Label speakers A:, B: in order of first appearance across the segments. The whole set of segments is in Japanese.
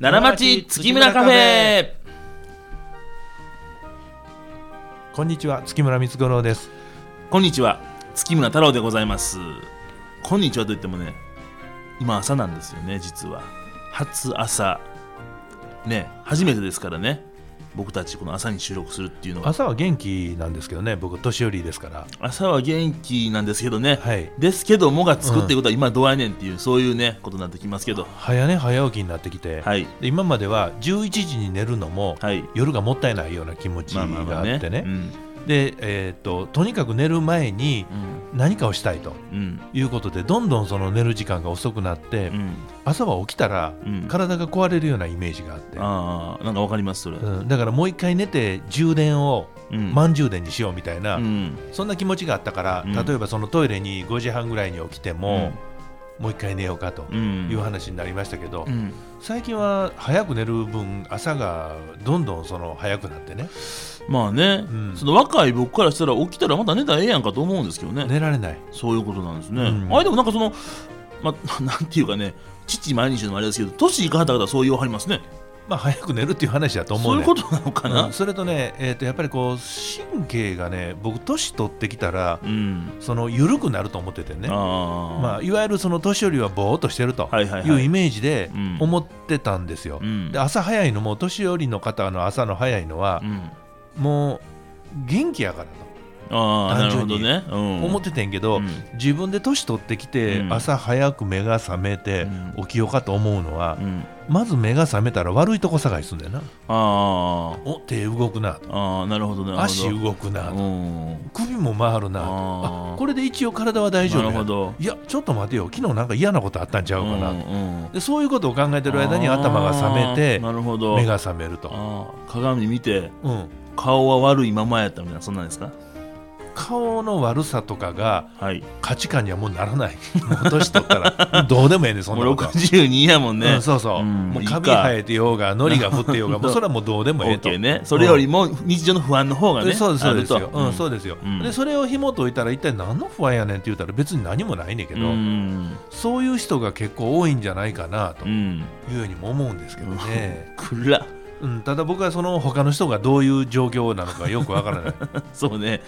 A: 奈良町月村カフェ
B: こんにちは月村光五郎です
A: こんにちは月村太郎でございますこんにちはといってもね今朝なんですよね実は初朝ね初めてですからね僕たちこの朝に収録するっていうのは
B: 朝は元気なんですけどね僕年寄りですから
A: 朝は元気なんですけどね、
B: はい
A: ですけどもがつくっていうことは今どうやねんっていう、そういうねことになってきますけど
B: 早寝早起きになってきて、
A: はい
B: で今までは11時に寝るのも、
A: はい
B: 夜がもったいないような気持ちがあってね
A: うん
B: で、えーっととにかく寝る前に
A: うん
B: 何かをしたいと
A: うん
B: いうことでどんどんその寝る時間が遅くなって、
A: うん
B: 朝は起きたら
A: うん
B: 体が壊れるようなイメージがあって、
A: ああなんかわかりますそれ、
B: うんだからもう一回寝て充電を
A: うん
B: 満充電にしようみたいな、
A: うん
B: そんな気持ちがあったから、
A: うん
B: 例えばそのトイレに5時半ぐらいに起きても、もう一回寝ようかと
A: うん
B: いう話になりましたけど、
A: うん
B: 最近は早く寝る分朝がどんどんその早くなってね
A: まあね、
B: うん
A: その若い僕からしたら起きたらまた寝たらええやんかと思うんですけどね
B: 寝られない、
A: そういうことなんですね、
B: うん
A: あれでもなんかその、ま あ、なんていうかね父毎日のあれですけど年いかはった方はそう言わはりますね
B: まあ、早く寝るっていう話だと思
A: そううい
B: ね
A: うことなのか
B: う、
A: なん
B: それとね、えー、とやっぱりこう神経がね僕年取ってきたら
A: うん
B: その緩くなると思っててね
A: ああ
B: まあ、いわゆるその年寄りはぼーっとしてると
A: はいはいはい
B: いうイメージで
A: うん
B: 思ってたんですよ。
A: うん
B: で朝早いのも年寄りの方の朝の早いのは
A: うん、
B: もう元気やから
A: ああな
B: 単
A: るほ
B: 純
A: ど
B: に
A: ね、う
B: と
A: ん、
B: 思っててんけど、
A: うん
B: 自分で年取ってきて
A: うん
B: 朝早く目が覚めて
A: うん
B: 起きようかと思うのは
A: うん、
B: まず目が覚めたら悪いとこ探しすんだよな。
A: あ
B: お手動くな
A: あああなるほどなるほど
B: 足動くな
A: うん
B: 首も回るな
A: あー
B: あこれで一応体は大丈夫や
A: なるほど
B: いやちょっと待てよ昨日なんか嫌なことあったんちゃうかな、
A: うんうん
B: でそういうことを考えてる間に頭が覚めて
A: あーなるほど
B: 目が覚めると、
A: あー鏡見て
B: うん、
A: 顔は悪いままやったみたいなそんなんですか
B: 顔の悪さとかが
A: はい
B: 価値観にはもうならないもう年取ったらどうでもええねんそん
A: も
B: な
A: う
B: ことは、
A: 62やもんね、
B: うん、そうそう、
A: うん
B: もう
A: いいか
B: 髪生えてようがのりが降っ てようがもうそれはもうどうでもえ
A: オ
B: え
A: ッケ
B: と
A: ーね、それよりも日常の不安の方がね、
B: でそうです
A: あ
B: そう
A: る
B: です
A: と
B: よ、うん、そうですよ、
A: うん
B: でそれを紐解いたら一体何の不安やねんって言ったら別に何もないねん
A: け
B: け
A: ど、
B: ど、
A: うん
B: そういう人が結構多いんじゃないかなと
A: う
B: い
A: ん、
B: うようにも思うんですけどね、
A: 暗っ
B: うん、ただ僕はその他の人がどういう状況なのかよくわからない、
A: そうね、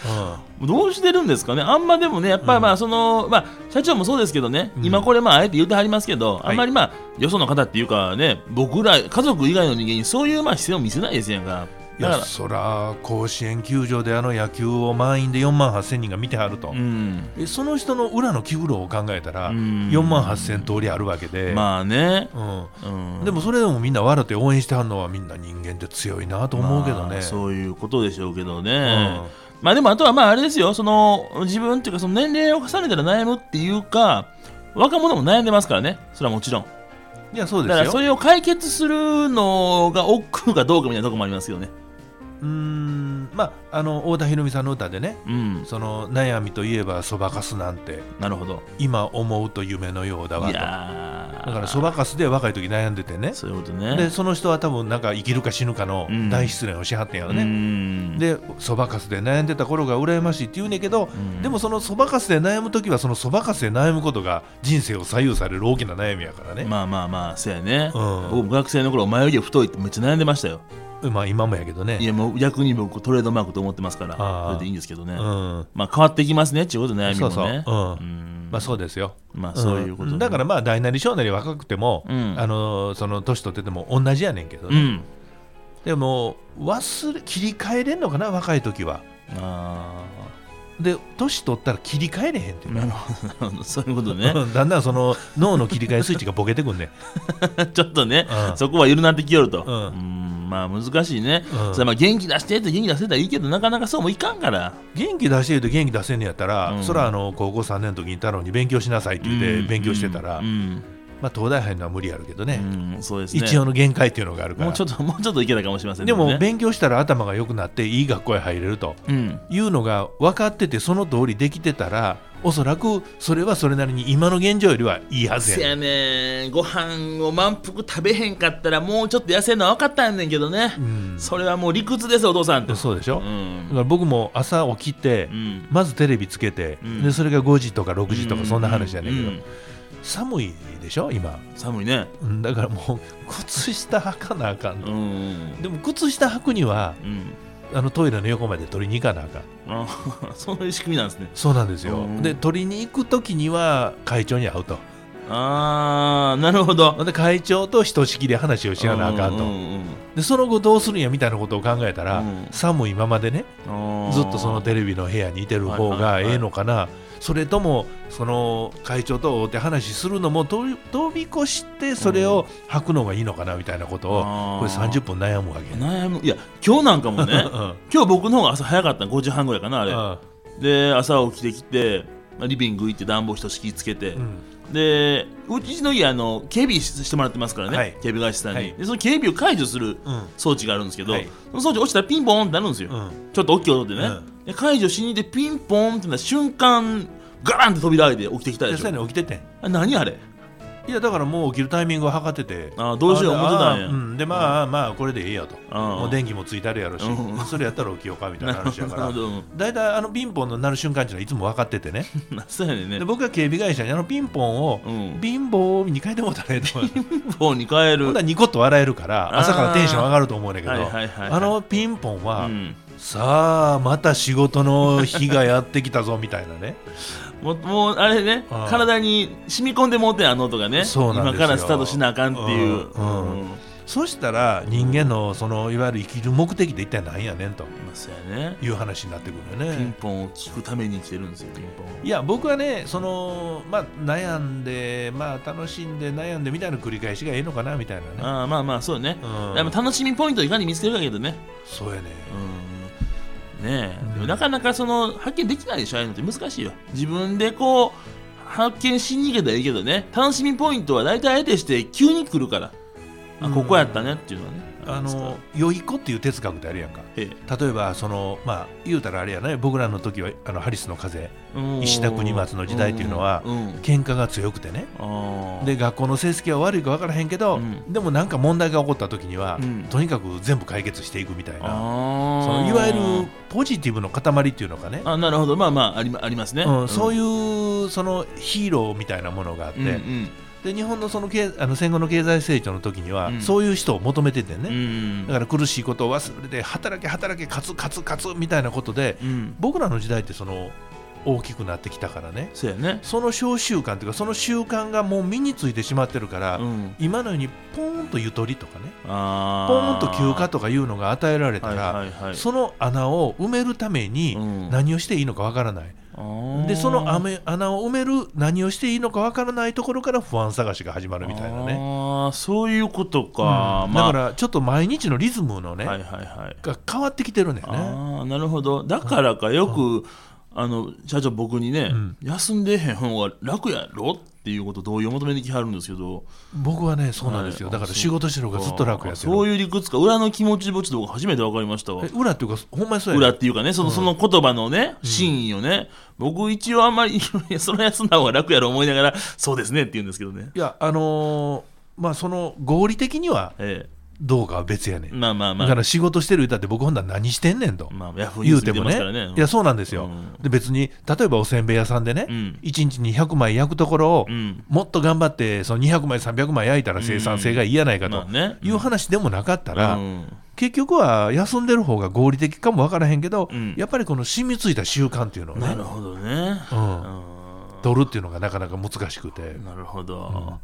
B: うん
A: どうしてるんですかね、あんまでもね、やっぱり
B: うん
A: まあその、まあ、社長もそうですけどね、
B: うん
A: 今これ、まああえて言ってはりますけど、
B: い
A: あんまりまあ、よその方っていうかね、僕ら、家族以外の人間にそういうまあ姿勢を見せないですやんか。
B: い
A: だか
B: や
A: ら
B: そら甲子園球場であの野球を満員で4万8000人が見てはると、
A: うん
B: えその人の裏の気苦労を考えたら
A: うん
B: 4万8000通りあるわけで、
A: まあね、
B: う
A: うん
B: ん、でもそれでもみんな笑って応援してはるのはみんな人間って強いなと思うけどね、
A: まあそういうことでしょうけどね、
B: ん
A: まあでもあとはまああれですよその自分っていうかその年齢を重ねたら悩むっていうか若者も悩んでますからねそれはもちろん
B: いやそうで
A: だ
B: す
A: から
B: よ
A: それを解決するのが億劫かどうかみたいなとこもありますよね
B: うーんまああの太田裕美さんの歌でね
A: うん
B: その悩みといえばそばかすなんて
A: なるほど
B: 今思うと夢のようだわ
A: い
B: とだ
A: やー
B: からそばかすで若い時悩んでてね
A: そういうことね
B: でその人は多分なんか生きるか死ぬかの
A: うん
B: 大失恋をしはってんやろね、
A: ね
B: でそばかすで悩んでた頃が羨ましいって言うねんけど、
A: ん
B: でもそのそばかすで悩む時はそのそばかすで悩むことが人生を左右される大きな悩みやからね、ま
A: まあまあまあそうやね、
B: うん
A: 僕も学生の頃前より太いってめっちゃ悩んでましたよ
B: あ、今もやけど
A: い
B: ね
A: やもう逆に僕トレードマークと思ってますから
B: あ
A: そ
B: ー
A: れでいいんですけどね、
B: うん
A: まあ変わってきますねっていうことで悩み
B: そ
A: も
B: うそう、
A: ね
B: うん
A: うん
B: まあそうですよ
A: まあそういうことね
B: んだからまあ大なり小なり若くても、
A: うん
B: あのその年取ってても同じやねんけど
A: う
B: ね、
A: ん
B: でも忘れ切り替えれんのかな若い時は
A: あ
B: で年取ったら切り替えれへんってい
A: あ
B: う
A: な
B: か
A: るほどなるほどそういうことね
B: うんだんだんその脳の切り替えスイッチがボケてくんね
A: ちょっとね、
B: うん
A: そこは緩なってきよると、う
B: うんん、
A: まあ難しいね、
B: う
A: そ
B: ん
A: れはまあ元気出してって元気出せたらいいけどなかなかそうもいかんから
B: 元気出してると元気出せんねやったら、
A: うん
B: そらあの高校3年の時に太郎に勉強しなさいって言って勉強してたら、
A: うん
B: まあ、東大入るのは無理やるけど
A: う
B: ね、
A: んうんそうですね
B: 一応の限界っていうのがあるから
A: もうちょっともうちょっといけたかもしれません
B: でも
A: ね、
B: 勉強したら頭が良くなっていい学校へ入れると
A: うん
B: いうのが分かっててその通りできてたらおそらくそれはそれなりに今の現状よりはいいはず
A: せ
B: や
A: やねんご飯を満腹食べへんかったらもうちょっと痩せんのは分かったんねんけどね、
B: うん
A: それはもう理屈ですお父さんと
B: そうでしょ、
A: う
B: だか
A: ん
B: ら僕も朝起きて、
A: うん
B: まずテレビつけて、
A: うん
B: でそれが5時とか6時とかそんな話じゃねんけど、
A: うん
B: 寒いでしょ今
A: 寒いね
B: うんだからもう靴下履かなあか
A: う
B: んと、
A: ん
B: でも靴下履くには
A: うん
B: あのトイレの横まで取りに行かなあかん
A: あ そういう仕組みなんですね
B: そうなんですよ、
A: うん
B: で取りに行く時には会長に会うと
A: ああなるほど
B: ほんで会長とひとしきり話をしやなあかんと、
A: うんうんうん
B: でその後どうするんやみたいなことを考えたら、
A: うん
B: 寒いままでね
A: あー
B: ずっとそのテレビの部屋にいてる方がええのかな、それともその会長と会うて話するのも飛び飛び越してそれを履くのがいいのかなみたいなことを
A: あー
B: これ30分悩むわけ。
A: 悩むいや今日なんかも ね
B: うん
A: 今日僕の方が朝早かった5時半ぐらいかなあれ
B: う
A: で朝起きてきてリビング行って暖房ひとしきりつけて、
B: ん
A: でうちの家あの警備してもらってますからね、
B: はい
A: 警備会社さんに、
B: はい
A: でその警備を解除する
B: うん
A: 装置があるんですけど、
B: はい
A: その装置落ちたらピンポーンってなるんですよ、
B: うん
A: ちょっと大きい音でね、
B: うん
A: で解除しに行ってピンポーンってな瞬間ガランって扉開いて起きてきたで
B: で
A: し
B: さ
A: ょ
B: らに起きててん
A: あ何あれ
B: いやだからもう起きるタイミングを測ってて
A: あーどうしよう思ってたんや
B: あーうんでまあまあこれでええやと
A: あー
B: もう電気もついてあるやろし
A: うん
B: それやったら起きようかみたいな話や か
A: な
B: ら
A: るほど
B: 大体あのピンポンの鳴る瞬間っていうのはいつも分かっててね
A: なそうや ねんね
B: で僕は警備会社にあのピンポンを
A: うん
B: 貧乏に変えてもうたらええと 思う
A: ピンポーンに変え
B: ほ
A: る
B: んならニコッと笑えるから朝からテンション上がると思うねんだけ
A: はい
B: ど
A: はいはい
B: あのピンポンは、
A: うん
B: さあまた仕事の日がやってきたぞみたいなね
A: もうもうあれね
B: あー
A: 体に染み込んでもうてんあの音がね
B: そうな
A: 今
B: んですよ
A: からスタートしなあかんっていう、
B: うんうん
A: ま
B: そしたら人間のそのいわゆる生きる目的って一体何やねんと
A: あ、そうやね
B: いう話になってくるよ
A: ピン
B: ね。
A: ポンを聞くために来てるんですよピンポンを
B: いや僕はねその、まあ、悩んで、まあ、楽しんで悩んでみたいな繰り返しがええのかなみたいなね。
A: ああまあまあそうね、
B: うん
A: でも楽しみポイントをいかに見つけるかやけどね
B: そうやね、
A: うんねえ、
B: うん
A: でもなかなかその発見できないでしょああいうのって難しいよ自分でこう発見しに行けたらいいけどね楽しみポイントは大体相手して急に来るからあ
B: うん
A: ここやったねっていうのはね
B: あ
A: りますから
B: の良い子っていう哲学ってあるやんか。
A: え
B: 例えばそのまあ言うたらあれやね僕らの時はあのハリスの風
A: えうん
B: 石田国松の時代っていうのは
A: うんうん
B: 喧嘩が強くてね
A: あー
B: で学校の成績は悪いか分からへんけど、
A: うん
B: でもなんか問題が起こった時には、
A: うん
B: とにかく全部解決していくみたいな
A: あー
B: そのいわゆるポジティブの塊っていうのかね、
A: あなるほどまあまあありまありますね、
B: うん、そう
A: い
B: いうそのヒーローみたいなものがあって、
A: うんうん
B: で日本のその経あの戦後の経済成長の時には、
A: うん
B: そういう人を求めてて
A: う
B: ね、
A: ん
B: だから苦しいことを忘れて働け働け勝つ勝つ勝つみたいなことで
A: うん
B: 僕らの時代ってその大きくなってきたからね
A: そうやね
B: その小習慣というかその習慣がもう身についてしまってるから、
A: うん
B: 今のようにポーンとゆとりとかねポー
A: あ
B: ン
A: ー
B: と休暇とかいうのが与えられた
A: は
B: ら、
A: いはいはい
B: その穴を埋めるため
A: う
B: に
A: ん
B: 何をしていいのかわからない、
A: あー
B: でその穴穴を埋める何をしていいのかわからないところから不安探しが始まるみたいなね、
A: あーそういうこと
B: うん
A: か、
B: だ
A: まあ
B: からちょっと毎日のリズムのね、
A: はいはいはい、
B: が変わってきてるんだよね
A: ああなるほどだからかよく、あの社長僕にね、
B: うん
A: 休んでへん方が楽やろっていうこと同意を求めてきはるんですけど
B: 僕はねそうなんですよ、
A: はい
B: だから仕事してる方がずっと楽やってる
A: そういう理屈か裏の気持ちぼちと僕初めて分かりましたわ
B: え裏っていうかほんまにそうやね
A: 裏っていうかねその,、その言葉のね真意をね、僕一応あんまりいやその休んだ方が楽やろ思いながらそうですねって言うんですけどね
B: いやあのーまあその合理的には
A: え
B: どうかは別やね
A: え
B: ん、
A: まあまあま
B: だ
A: あ
B: から仕事してる歌って僕ほんなら何してんねんと、
A: まあヤフーニュ
B: 言
A: ー
B: う
A: ス
B: て
A: 見て
B: も
A: ます
B: ね
A: からね
B: いやそうなんですよ、
A: うん
B: で別に例えばおせんべい屋さんでね、
A: うん
B: 1日200枚焼くところを、
A: うん
B: もっと頑張ってその200枚300枚焼いたら生産性がいいやないか
A: ま
B: と
A: あね
B: いう話でもなかったら、
A: うん
B: 結局は休んでる方が合理的かもわからへんけど、
A: うん
B: やっぱりこの染みついた習慣っていうのを
A: な
B: ね
A: るほどね。
B: うん
A: う
B: 取るっていうのがなかなか難しくて、
A: んなるほど。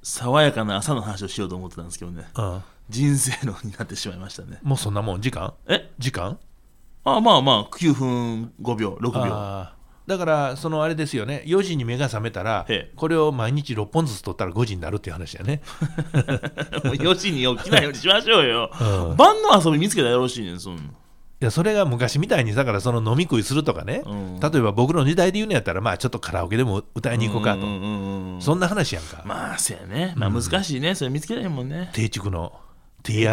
A: 爽やかな朝の話をしようと思ってたんですけどね。
B: うん
A: 人生論になってしまいましたね。
B: もうそんなもん時間
A: え
B: 時間
A: あまあまあ、9分5秒、6秒。
B: あーだからそのあれですよね4時に目が覚めたら
A: ええ
B: これを毎日6本ずつ取ったら5時になるっていう話だね
A: もう4時に起きないようにしましょうよ。
B: うん
A: 晩の遊び見つけたらよろしいねん、そんなん
B: いやそれが昔みたいにだからその飲み食いするとかね、
A: うん
B: 例えば僕の時代で言うのやったらまあちょっとカラオケでも歌いに行こうかと、
A: んんうんうん
B: そんな話やんか、
A: まあ、そうやね。まあ難しいね。それ見つけないもんね。
B: 定畜の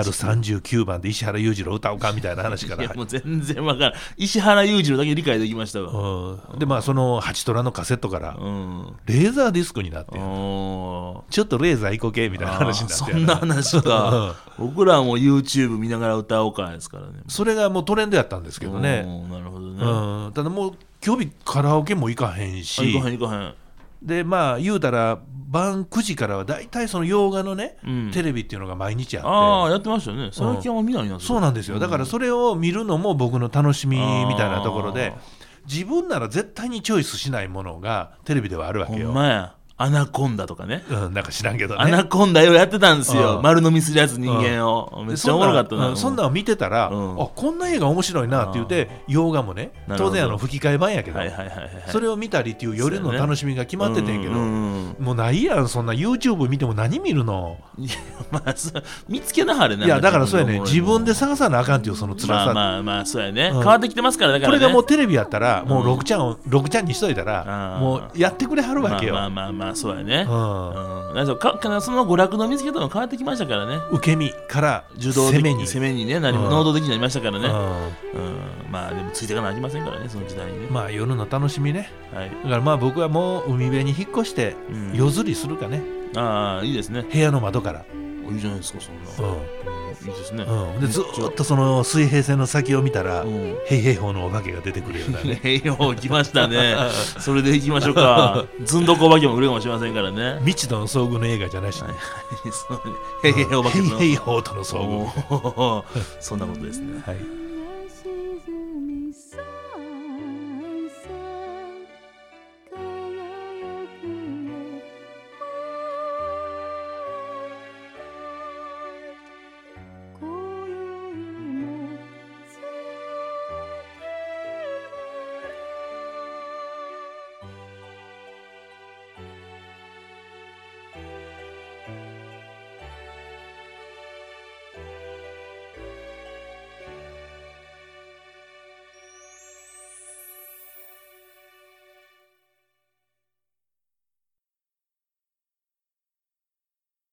B: TR39 番で石原裕次郎歌おうかみたいな話 か
A: い
B: ら
A: や、もう全然わからん。石原裕次郎だけ理解できましたわ。
B: うん、でまあその八虎のカセットから
A: うん。
B: レーザーディスクになって
A: おー
B: ちょっとレーザー行こけみたいな話になって
A: あーそんな話か僕らはもう YouTube 見ながら歌おうかですからね
B: それがもうトレンドやったんですけどね、
A: おーなるほどね、
B: うんただもう今日日カラオケも行かへん
A: あい
B: し
A: かへんいかへん
B: でまあ言うたら晩9時からは大体その洋画のね、
A: うん
B: テレビっていうのが毎日あって
A: ああやってましたよね最近は見ないな
B: そうなんですよ、だからそれを見るのも僕の楽しみみたいなところで
A: あー
B: 自分なら絶対にチョイスしないものがテレビではあるわ
A: ほ
B: け
A: ん
B: よ、
A: まやアナコンダとかね
B: うん、なんか知らんけど
A: ア
B: ね
A: ナコンダよやってたんですよ
B: うん
A: 丸飲みするやつ人間をめっちゃおもろかった
B: そんな,、、
A: なん
B: そんなんを見てたら、
A: うん
B: あこんな映画面白いなって言って洋画もね
A: なるほど
B: 当然あの吹き替え版やけど、
A: はいはいはいはい
B: それを見たりっていう夜の楽しみが決まっててんけど、
A: うんうんうん
B: もうないやんそんな YouTube 見ても何見るの
A: いやまあそう見つけなはれない
B: やだからそうやね自分で
A: さ
B: 探さなあかんっていうその辛さ、
A: まあまあまあそうやね
B: うん
A: 変わってきてますからだか
B: こ
A: ら
B: れ
A: ね
B: がもうテレビやったらもう
A: うん
B: 6ちゃんを6ちゃんにしといた
A: あ
B: ら
A: ー
B: もうやってくれはるわけよ、
A: まあまあまあまあそうやね
B: うん
A: うんなんかかかその娯楽の見つけ方も変わってきましたからね
B: 受け身から
A: 受動
B: 攻
A: 的
B: めに
A: 攻めにね何も
B: うん
A: 能動的になりましたから
B: う
A: ねうんまあでもついていかなあきませんからねその時代にね
B: んまあ夜の楽しみね
A: はい
B: だからまあ僕はもう海辺に引っ越して
A: うん
B: 夜釣りするかね
A: ああいいですね
B: 部屋の窓から、
A: いいじゃないですかそんなうんいいですね
B: うんうん、でずーっとその水平線の先を見たら
A: うん
B: 平平法のお化けが出てくるよう なね
A: 栄養きましたねそれでいきましょうかずんどこお化けも売るかもしれませんからね
B: 未知との遭遇の映画じゃないしね、
A: はいそうねへいへいお化け
B: 平
A: の
B: 平法との遭遇
A: おーそんなことですね
B: はい